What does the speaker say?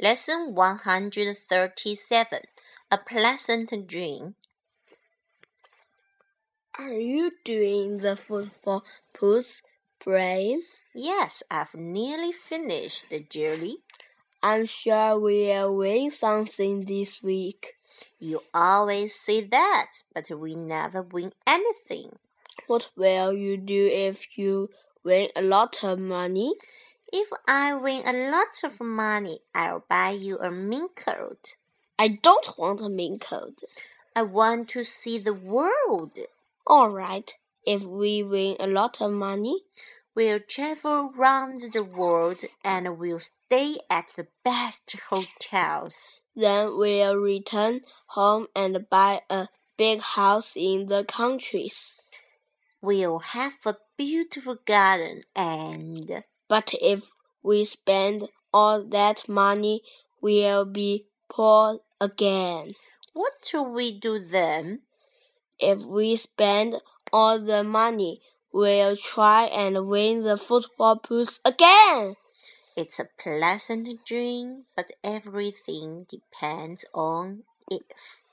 Lesson 137 A Pleasant Dream. Are you doing the football push, Brain? Yes, I've nearly finished, Julie. I'm sure we'll win something this week. You always say that, but we never win anything. What will you do if you win a lot of money? If I win a lot of money, I'll buy you a mink coat. I don't want a mink coat. I want to see the world. All right, if we win a lot of money, We'll travel round the world and we'll stay at the best hotels. then we'll return home and buy a big house in the countries. We'll have a beautiful garden and But if we spend all that money, we'll be poor again. what shall we do then? If we spend all the money, we'll try and win the football push again. It's a pleasant dream, but everything depends on if.